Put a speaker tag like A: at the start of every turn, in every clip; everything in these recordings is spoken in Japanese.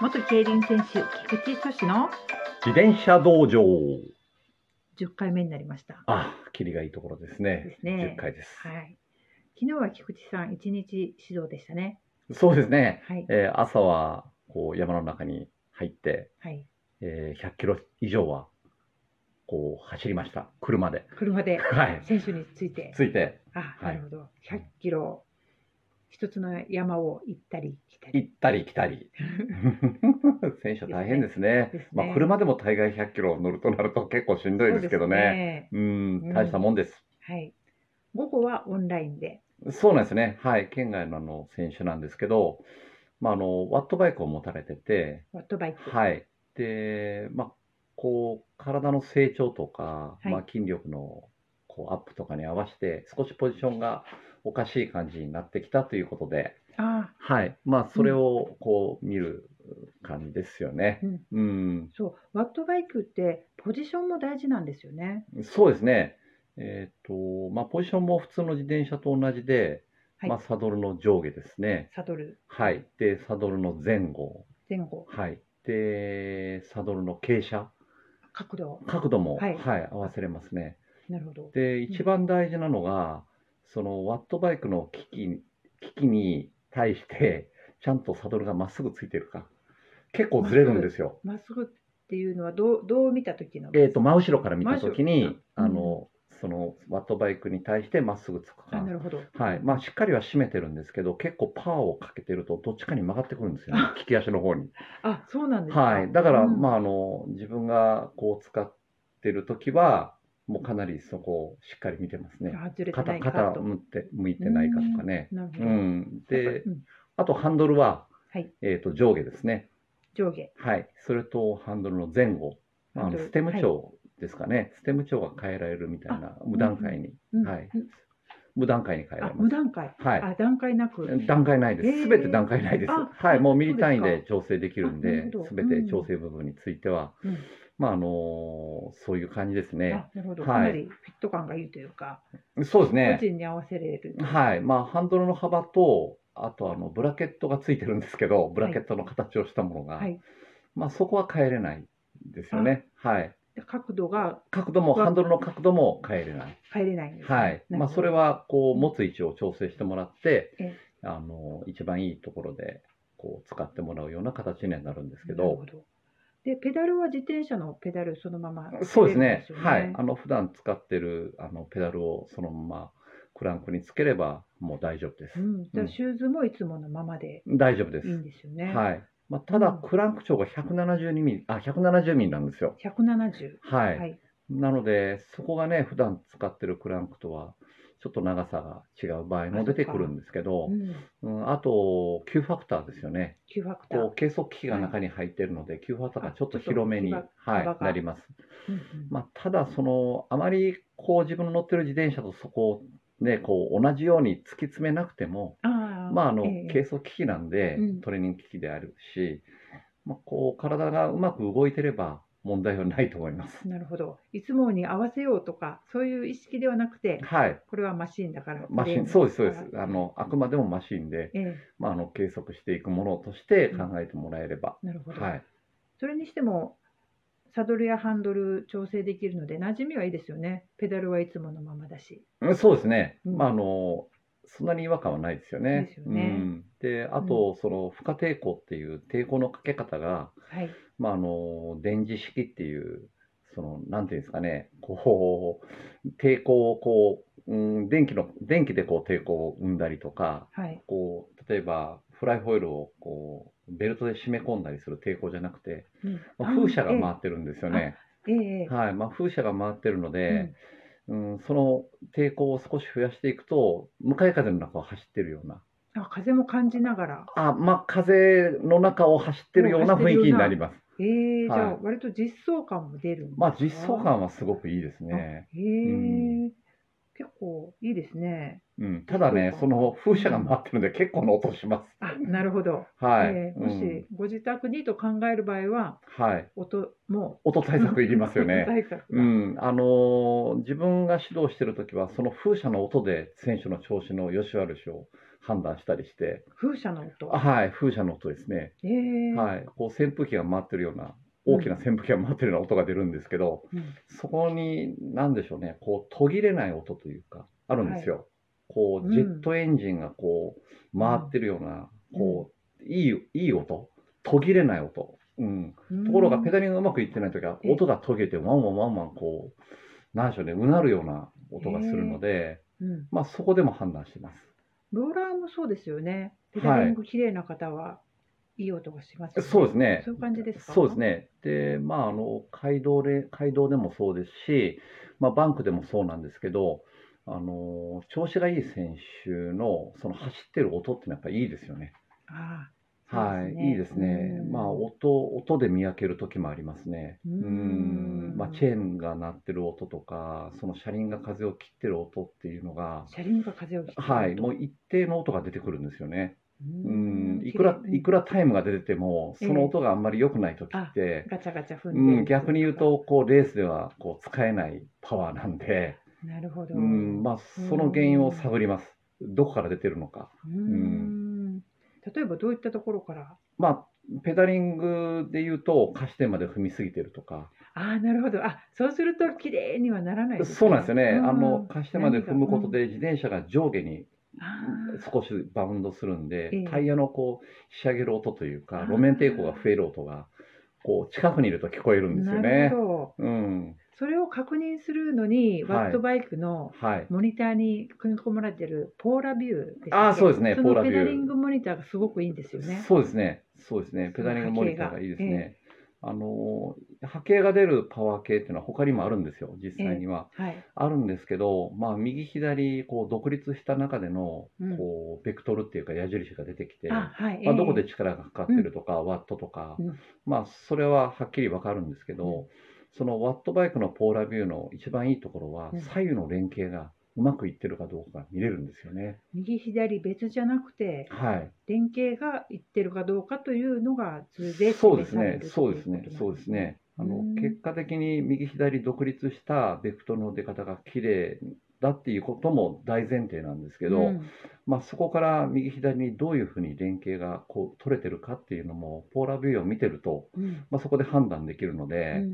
A: 元競輪選手菊池俊の
B: 自転車道場。
A: 10回目になりました。
B: あ、キリがいいところですね
A: で。すね
B: 10回です。
A: はい。昨日は菊池さん一日指導でしたね。
B: そうですね。
A: はい。
B: えー朝はこう山の中に入って、
A: はい。
B: えー100キロ以上はこう走りました。車で。
A: 車で
B: はい。
A: 選手について。
B: ついて
A: あ、
B: は
A: ないるほど。100キロ、一つの山を行ったり来たり。
B: 行ったり来たり。 選手は大変ですね。
A: ですね
B: まあ車でも大概100キロ乗るとなると結構しんどいですけど
A: ね。
B: ね。うん
A: うん、
B: 大したもんです。
A: はい。午後はオンラインで。
B: そうなんですね。はい。県外のあの選手なんですけど、まあ、あの、ワットバイクを持たれてて、
A: ワットバイク。
B: はい。で、まあ、こう、体の成長とか、
A: はい
B: まあ、筋力のこうアップとかに合わせて、少しポジションがおかしい感じになってきたということで、
A: ああ、
B: はい。まあ、それをこう見る感じですよね。
A: うん。
B: うん。
A: そう。ワットバイクってポジションも大事なんですよね。
B: そうですね。えっと、まあ、ポジションも普通の自転車と同じで、
A: はい
B: まあ、サドルの上下ですね。
A: サドル
B: はい。で、サドルの前後。
A: 前後
B: はい。で、サドルの傾斜、
A: 角度。
B: 角度も、
A: は
B: はいい、合わせれますね。
A: なるほど。
B: で、一番大事なのが、そのワットバイクの機器機器に対して、ちゃんとサドルがまっすぐついてるか。結構ずれるんですよ。
A: まっすぐっていうのはどうどう見た時の。
B: えっ、と、真後ろから見たとき
A: 真後ろ
B: に、
A: うん
B: あの、そのワットバイクに対してまっすぐつく
A: あ
B: か
A: な。るほど。
B: はい。まあ、しっかりは締めてるんですけど、結構パーをかけてると、どっちかに曲がってくるんですよね。利き足の方に。
A: あ、そうなんですか。
B: はい、だから、
A: うん
B: まあ、あの自分がこう使ってる時はもうかなりそこをしっかり見てますね。
A: あ、ずれてな
B: 肩
A: いか
B: 肩
A: と。
B: 向って向いてないかとかね。
A: なるほど。
B: うん、で
A: うん
B: あとハンドルは、
A: はい
B: えー、と上下ですね、
A: 上下。
B: はい、それとハンドルの前後、まあ
A: ハ
B: あ
A: ンド
B: の
A: ル
B: ステム
A: はい
B: 長ですかね、ステム長が変えられるみたいな無段階に、
A: うん
B: はい
A: うん
B: 無段階に変えら
A: あ、
B: れま
A: 無
B: す。
A: 段階。
B: はい
A: あ、段階なく。
B: 段階ないで
A: へー
B: す。すべて段階ないです。
A: あ
B: はい、もうミ
A: そう
B: リ
A: ですか
B: 単位で調整できるん
A: あなる
B: で
A: ほど、
B: すべて調整部分については、
A: うん
B: まああのそういう感じですね
A: あ。、なるほど。
B: はい
A: かなりフィット感がいいというか、
B: そうです
A: 個
B: ね。
A: 人に合わせれる。
B: はい、まあハンドルの幅とあとあのブラケットがついてるんですけど、ブラケットの形をしたものが、
A: はい。
B: まあそこは変えれないですよね。はい。
A: で角度が
B: 角度も
A: うわ
B: ハンドルの角度も変えれない。
A: 入れないんですね。
B: はい。まあそれ
A: は。
B: はこう持つ位置を調整してもらって
A: ええ、
B: あの一番いいところでこう使ってもらうような形にはなるんですけ
A: なる
B: ど
A: ほ。ど。で、ペダルは自転車のペダルそのまま、
B: そうですね。
A: 入
B: は
A: れる
B: い
A: ん。です
B: あ
A: よ
B: の普段使ってるあのペダルをそのままクランクにつければもう大丈夫です
A: う。ん。じゃあシューズもいつものままで
B: 大丈夫
A: い
B: で
A: いん
B: す。
A: ですよね。い。
B: はい。まあ、ただ
A: うん
B: クランク長が172ミリ、あ、170ミリなんですよ。
A: 170。
B: は。
A: はいい。
B: なので、そこがね、普段使ってるクランクとは、ちょっと長さが違う場合も出てくるんですけど
A: う、ん。
B: うん、あと、9ファクターですよね。
A: 9ファクター。
B: こう、計測器が中に入ってるので、9ファクターがちょっと広めに、
A: あちょ
B: は
A: っと幅が
B: い、なります。
A: うんうん
B: まあ、ただその、あまりこう自分の乗ってる自転車とそこを、ね、こう同じように突き詰めなくても、
A: あー
B: まあ、あの
A: ええ
B: 計測機器なんで、
A: うん
B: トレーニング機器であるし、まあ、こう体がうまく動いてれば問題はないと思います。
A: なるほど。いつもに合わせようとか、そういう意識ではなくて、
B: はい、
A: これはマシンだから。
B: マシン、そうです、そうです。あのあくまでもマシンで、
A: ええ、
B: まあ、あの計測していくものとして考えてもらえれば、
A: なるほど、
B: はい、
A: それにしても、サドルやハンドル調整できるので、馴染みはいいですよね。ペダルはいつものままだし。
B: うんそうですね、
A: うん
B: まああの、そんなに違和感はないですよね。
A: ですよね
B: うん、であと、その負荷抵抗っていう抵抗のかけ方が、
A: はい。
B: まあ、あの電磁式っていうそのなんていうんですかねこう抵抗をこう、うん、電気の電気でこう抵抗を生んだりとか
A: はい。
B: こう例えばフライホイールをこうベルトで締め込んだりする抵抗じゃなくて、
A: うん
B: まあ、風車が回ってるんですよね。
A: ええ
B: はいまあ、風車が回ってるの
A: ええ
B: で、うんその抵抗を少し増やしていくと向かい風の中を走ってるような
A: うんあ風も感じながら。
B: あ、まあ、風の中を走ってるような雰囲気になります。
A: ええじゃあ、
B: はい
A: 割と実装感も出るんですか
B: まあ、実装。感はすごくいいですね。
A: ええ
B: う
A: 結構いいですね。
B: うん、ただね、その風車が回ってるんで、結構な音しま
A: あ、なるほど。
B: す。はい。
A: ええ
B: う
A: も
B: ん
A: しご自宅にと考える場合は、
B: はい。
A: 音も
B: 音対策いりますよね。
A: 対策
B: う
A: が
B: ん、あのー自分が指導してるときは、その風車の音で選手の調子の良し悪しを判断したりして、
A: 風車の音。
B: あはい、風車の音ですね、
A: えー
B: はい、こう扇風機が回ってるような、大きな扇風機が回ってるような音が出るんですけど、
A: うん
B: そこに、なんでしょうね、こう途切れない音というか、あるんですよ。こ
A: う
B: う、
A: ん
B: ジェットエンジンがこう、回ってるような、
A: うん
B: こう、いい、いい音、途切れない音。うん。ところが、ペダリングがうまくいってないときは、
A: え
B: 音が途切れて、ワンワンワンワン、こう、なんでしょうね、うなるような音がするので、
A: うん
B: まあ、そこでも判断してます。
A: ローラーもそうですよね。ペダリング綺麗な方はいい音がしますよね、
B: そうですね
A: そういう感じですか。
B: そうです。ね。で、まあ、あの、街道で、街道でもそうですし、まあ、バンクでもそうなんですけど、あの、調子がいい選手の、その走ってる音ってのはやっぱいいですよね。
A: ああ、
B: はい、いいですね。まあ、
A: お
B: 音、音で見分ける時もありますね。
A: う
B: う
A: ー
B: ー
A: ん
B: ん、まあ、チェーンが鳴ってる音とか、その車輪が風を切ってる音っていうのが、
A: 車輪が風を切ってる音
B: はい、もう一定の音が出てくるんですよね。
A: う
B: う
A: ー
B: ん、いくら、いく
A: ら。
B: らタイムが出てても、その音があんまり良くない時って、
A: ガチャガチャ踏んで、
B: うん、逆に言う。とこうレースではこう使えないパワーなんで、
A: なるほど。
B: うんまあ、その原因を探ります、どこから出てるのか、
A: うーん例えばどういったところから。
B: まあ、ペダリングで言うと過視点まで踏みすぎてるとか、
A: ああ、なるほど。あ、そうすると綺麗にはならないですね、
B: そうなんですよね、
A: うん
B: あの過視点まで踏むこと。で自転車が上下に
A: 何がうんあー
B: 少しバウンドするんで、
A: ええ
B: タイヤのこう仕上げる音という
A: あ
B: か
A: ー
B: 路面抵抗が増える音がこう近くにいると聞こえるんですよ
A: な
B: ね
A: る。ほど。
B: うん
A: それを確認するのに、
B: はい
A: ワットバイクの
B: はい、
A: モニターに組み込まれてるポーラビューですね
B: あーそうですね
A: そ
B: ポ
A: の
B: ーラ
A: ペ
B: ビュー
A: ダリングモニターがすごくいいんですよね。
B: そうですね、そうですね、
A: そ
B: ペ
A: の
B: ダリングモニターがいいです
A: 波形
B: ね。あの波形が出るパワー系っていうのは他にもあるんですよ、実際には。
A: はい。
B: あるんですけど、まあ、右、左、こう独立した中での
A: うん
B: こうベクトルっていうか矢印が出てきて、
A: あ、はい。
B: まあ、どこで
A: え
B: 力がかかってるとか、ワットとか、
A: うん
B: まあ、それははっきりわかるんですけど、
A: う
B: そのワットバイクのポーラビューの一番いいところは、
A: うん
B: 左右の連携がうまくいってるかどうかが見れるんですよね。
A: え右左別じゃなくて、
B: はい
A: 連携がいってるかどうかというのが図で
B: そう
A: 示
B: です
A: され
B: ね
A: る、とい
B: そうですね
A: ことなん、
B: そうです。ね。あ
A: う
B: の
A: ん
B: 結果的に右左独立したベクトルの出方が綺麗だっていうことも大前提なんですけ
A: け
B: ど、まあそこから右左にどういうふうに連携がこう取れてるかっていうのもポーラビューを見てると、まあそこで判断できるので、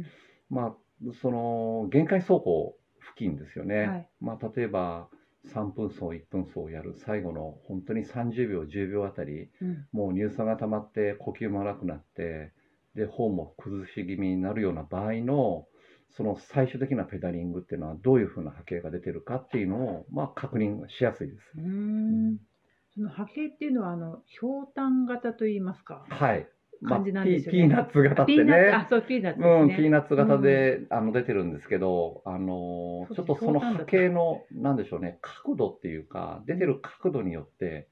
B: まあその限界走行付近ですよね。
A: はい
B: まあ例えば3分走1分走をやる最後の本当に30秒10秒あたりもう乳酸が溜まって呼吸も荒くなってで方も崩し気味になるような場合のその最終的なペダリングっていうのはどういうふうな波形が出てるかっていうのを、まあ、確認しやすいです。
A: うんその波形っていうのはあのひょうたん型といいますか。
B: はい、まあ、
A: 感じなんですよね
B: ピーピーナッツ型って
A: ピーナッツ、あ
B: ね、
A: そうピーナッツです
B: うん、
A: ね。
B: ピーナッツ型で、あの出てるんですけど、あの
A: そ
B: ーち
A: う
B: ょっ
A: そう
B: とその
A: そうなんだ
B: 波形のなんでしょうね角度っていうか出てる角度によって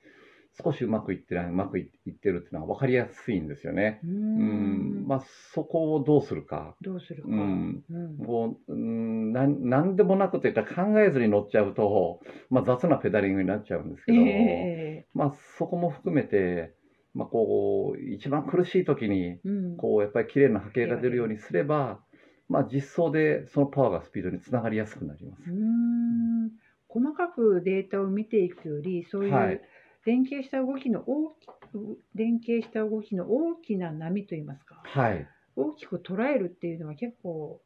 B: 少しうまくいってないうまくいってるっていうのは分かりやすいんですよね。
A: う
B: うんん、まあそこをどうするか、
A: どうするか。
B: うん
A: うん
B: もう、うん、なんなんでもなくというか考えずに乗っちゃうと、まあ、雑なペダリングになっちゃうんですけど、
A: ええ
B: まあ、そこも含めて、まあ、こう一番苦しい時に
A: うん
B: こうやっぱり綺麗な波形が出るようにすれば、まあ、実装でそのパワーがスピードにつながりやすくなります。
A: うーん細かくデータを見ていくよりそうい
B: は
A: う
B: い
A: 連携した動きの大き、連携した動きの大きな波といいますか
B: はい、
A: 大きく捉えるっていうのは結構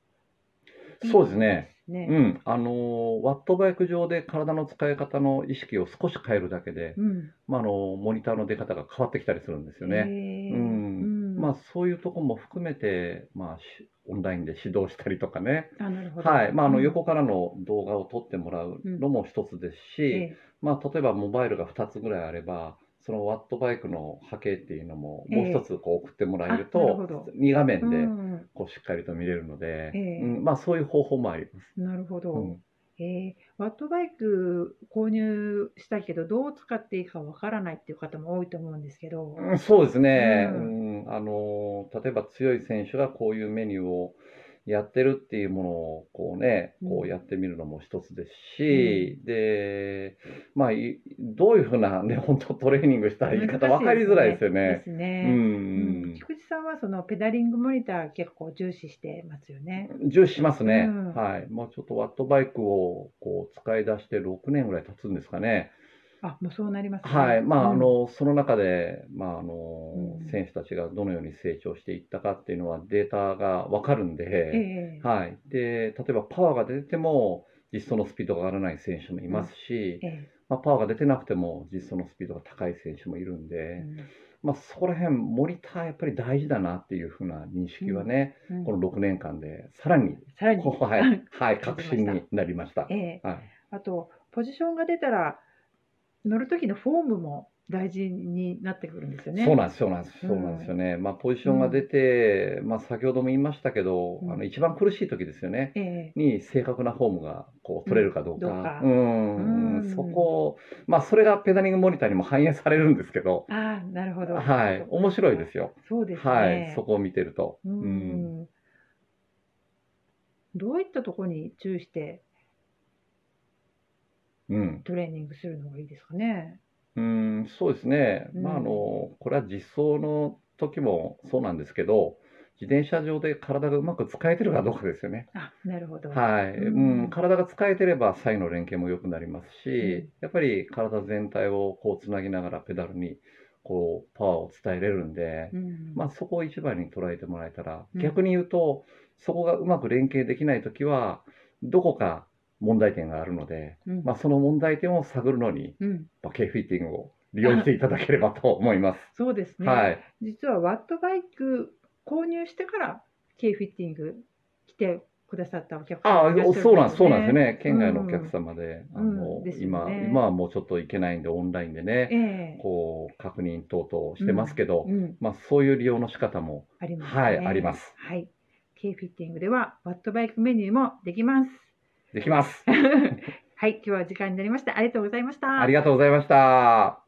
A: いい
B: そうですね。
A: ね
B: う。ん、あのーワットバイク上で体の使い方の意識を少し変えるだけで、
A: うん
B: まあ、あのーモニターの出方が変わってきたりするんですよね。
A: へー
B: うん
A: うん
B: まあ、そういうとこも含めて、まあ、しオンラインで指導したりとかね、
A: あなるほど
B: はいまあ、あの
A: うん
B: 横からの動画を撮ってもらうのも一つですし、
A: ええ
B: まあ、例えばモバイルが2つぐらいあれば、そのワットバイクの波形っていうのも、もう一つこう送ってもらえる
A: あなるほ
B: と
A: ど、
B: 2画面
A: う
B: で
A: ん
B: こうしっかりと見れるので、
A: ええ
B: うんまあ、そういう方法もあります。
A: なるほど、
B: うん
A: えーワットバイク購入したけどどう使っていいかわからないっていう方も多いと思うんですけど、
B: うんそうですね、
A: う
B: うんあの例えば強い選手がこういうメニューをやってるっていうものをこう、ね
A: うん
B: こうやってみるのも一つですし、でまあ、いどういうふうな、ね、本当トレーニングしたらいいか分かりづらいですよ
A: で
B: ね。
A: す
B: う
A: ね。うん
B: ん、
A: 菊池さんはそのペダリングモニター結構重視してますよね。
B: 重視しますね、
A: うん
B: はい、もうちょっとワットバイクをこう使い出して6年ぐらい経つんですかね、
A: あもうそうなりますね
B: はいまああ
A: うん
B: のその中で、まああの
A: うん
B: 選手たちがどのように成長していったかっていうのはデータが分かるん
A: え
B: で、
A: え
B: はい、で例えばパワーが出ても実装のスピードが上がらない選手もいますし、
A: ええ
B: まあ、パワーが出てなくても実装のスピードが高い選手もいるんで、まあ、そこら辺モニターやっぱり大事だなっていうふうな認識はね、
A: うんうん
B: この6年間でさらに、
A: さらに、
B: はいはい、
A: 感
B: 確
A: じました
B: 信になりました。
A: ええ
B: はい
A: あとポジションが出たら乗る時のフォームも大事になってくるんですよね。
B: そうなんです、そうなんです、
A: うん
B: そうなんですよね。まあ、ポジションが出て、まあ、先ほども言いましたけど、
A: うん
B: あの一番苦しい時ですよね。
A: ええ
B: に正確なフォームがこう取れるかどうか、
A: うんどうか
B: うん
A: うん
B: そこを、まあ、それがペダリングモニターにも反映されるんですけど、
A: ああなるほど。
B: はい、面白いですよ。
A: そうですね。
B: はい、そこを見てると。
A: う
B: うん
A: ん。どういったところに注意して
B: うん、
A: トレーニングするのがいいですかね。
B: うんそうですね、
A: うん
B: まああの、これは実装の時もそうなんですけど、自転車上で体がうまく使えてるかどうかですよね。
A: あなるほど。
B: はい、う
A: うん
B: ん、体が使えてれば左右の連携も良くなりますし、
A: うん
B: やっぱり体全体をこうつなぎながらペダルにこうパワーを伝えれるんで、
A: うん
B: まあ、そこを一番に捉えてもらえたら、
A: うん
B: 逆に言うとそこがうまく連携できない時はどこか問題点があるので、
A: うん
B: まあ、その問題点を探るのに
A: うん、
B: まあ K フィッティングを利用していただければと思います。
A: そうですね。
B: はい、
A: 実はワットバイク購入してから K フィッティング来てくださったお客
B: あ
A: 様
B: あ
A: いらっしゃる
B: そうなん
A: です
B: そうなんですよ。ね、県外のお客様で、
A: うん
B: あの
A: うんですよ
B: 今
A: ね
B: 今はもうちょっと行けないんで、オンラインでね、
A: ええ
B: こう確認等々してますけど、
A: うん、
B: まあ、そういう利用の仕方も、
A: あります、ね。
B: はい、あります。
A: はい。K フィッティングではワットバイクメニューもできます。
B: できます。
A: はい、今日は時間になりました。ありがとうございました。
B: ありがとうございました。